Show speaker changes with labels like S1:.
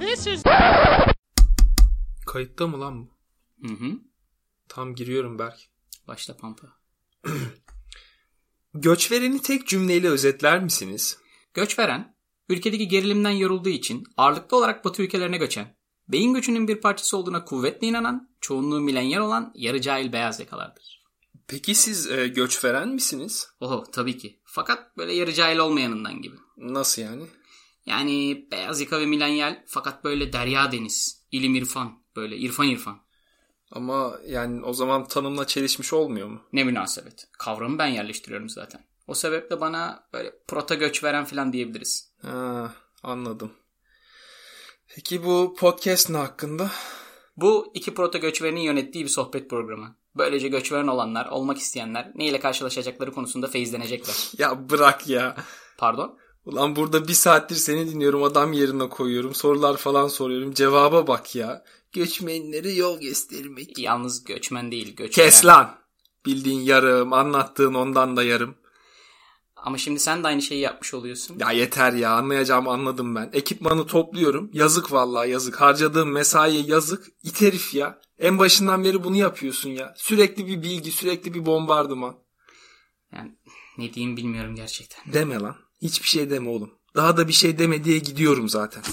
S1: görüşürüz.
S2: Kayıtta mı lan bu?
S3: Hı hı.
S2: Tam giriyorum Berk.
S3: Başla pampa.
S2: Göçvereni tek cümleyle özetler misiniz?
S3: Göç veren, ülkedeki gerilimden yorulduğu için ağırlıklı olarak batı ülkelerine göçen, beyin göçünün bir parçası olduğuna kuvvetle inanan, çoğunluğu milenyal olan yarı cahil beyaz yakalardır.
S2: Peki siz e, göçveren misiniz?
S3: Oho tabii ki. Fakat böyle yarı cahil olmayanından gibi.
S2: Nasıl yani?
S3: Yani beyaz yaka ve milenyal fakat böyle derya deniz, ilim irfan, böyle irfan irfan.
S2: Ama yani o zaman tanımla çelişmiş olmuyor mu?
S3: Ne münasebet. Kavramı ben yerleştiriyorum zaten. O sebeple bana böyle proto göç veren falan diyebiliriz.
S2: Ha, anladım. Peki bu podcast ne hakkında?
S3: Bu iki proto göçverenin yönettiği bir sohbet programı. Böylece göçveren olanlar, olmak isteyenler neyle karşılaşacakları konusunda feyizlenecekler.
S2: Ya bırak ya.
S3: Pardon.
S2: Ulan burada bir saattir seni dinliyorum adam yerine koyuyorum. Sorular falan soruyorum. Cevaba bak ya. Göçmenlere yol göstermek.
S3: Yalnız göçmen değil, göçveren.
S2: Kes lan. Bildiğin yarım, anlattığın ondan da yarım.
S3: Ama şimdi sen de aynı şeyi yapmış oluyorsun.
S2: Ya yeter ya anlayacağımı anladım ben. Ekipmanı topluyorum. Yazık vallahi yazık. Harcadığım mesaiye yazık. İt herif ya. En başından beri bunu yapıyorsun ya. Sürekli bir bilgi, sürekli bir bombardıman.
S3: Yani ne diyeyim bilmiyorum gerçekten.
S2: Deme lan. Hiçbir şey deme oğlum. Daha da bir şey deme diye gidiyorum zaten.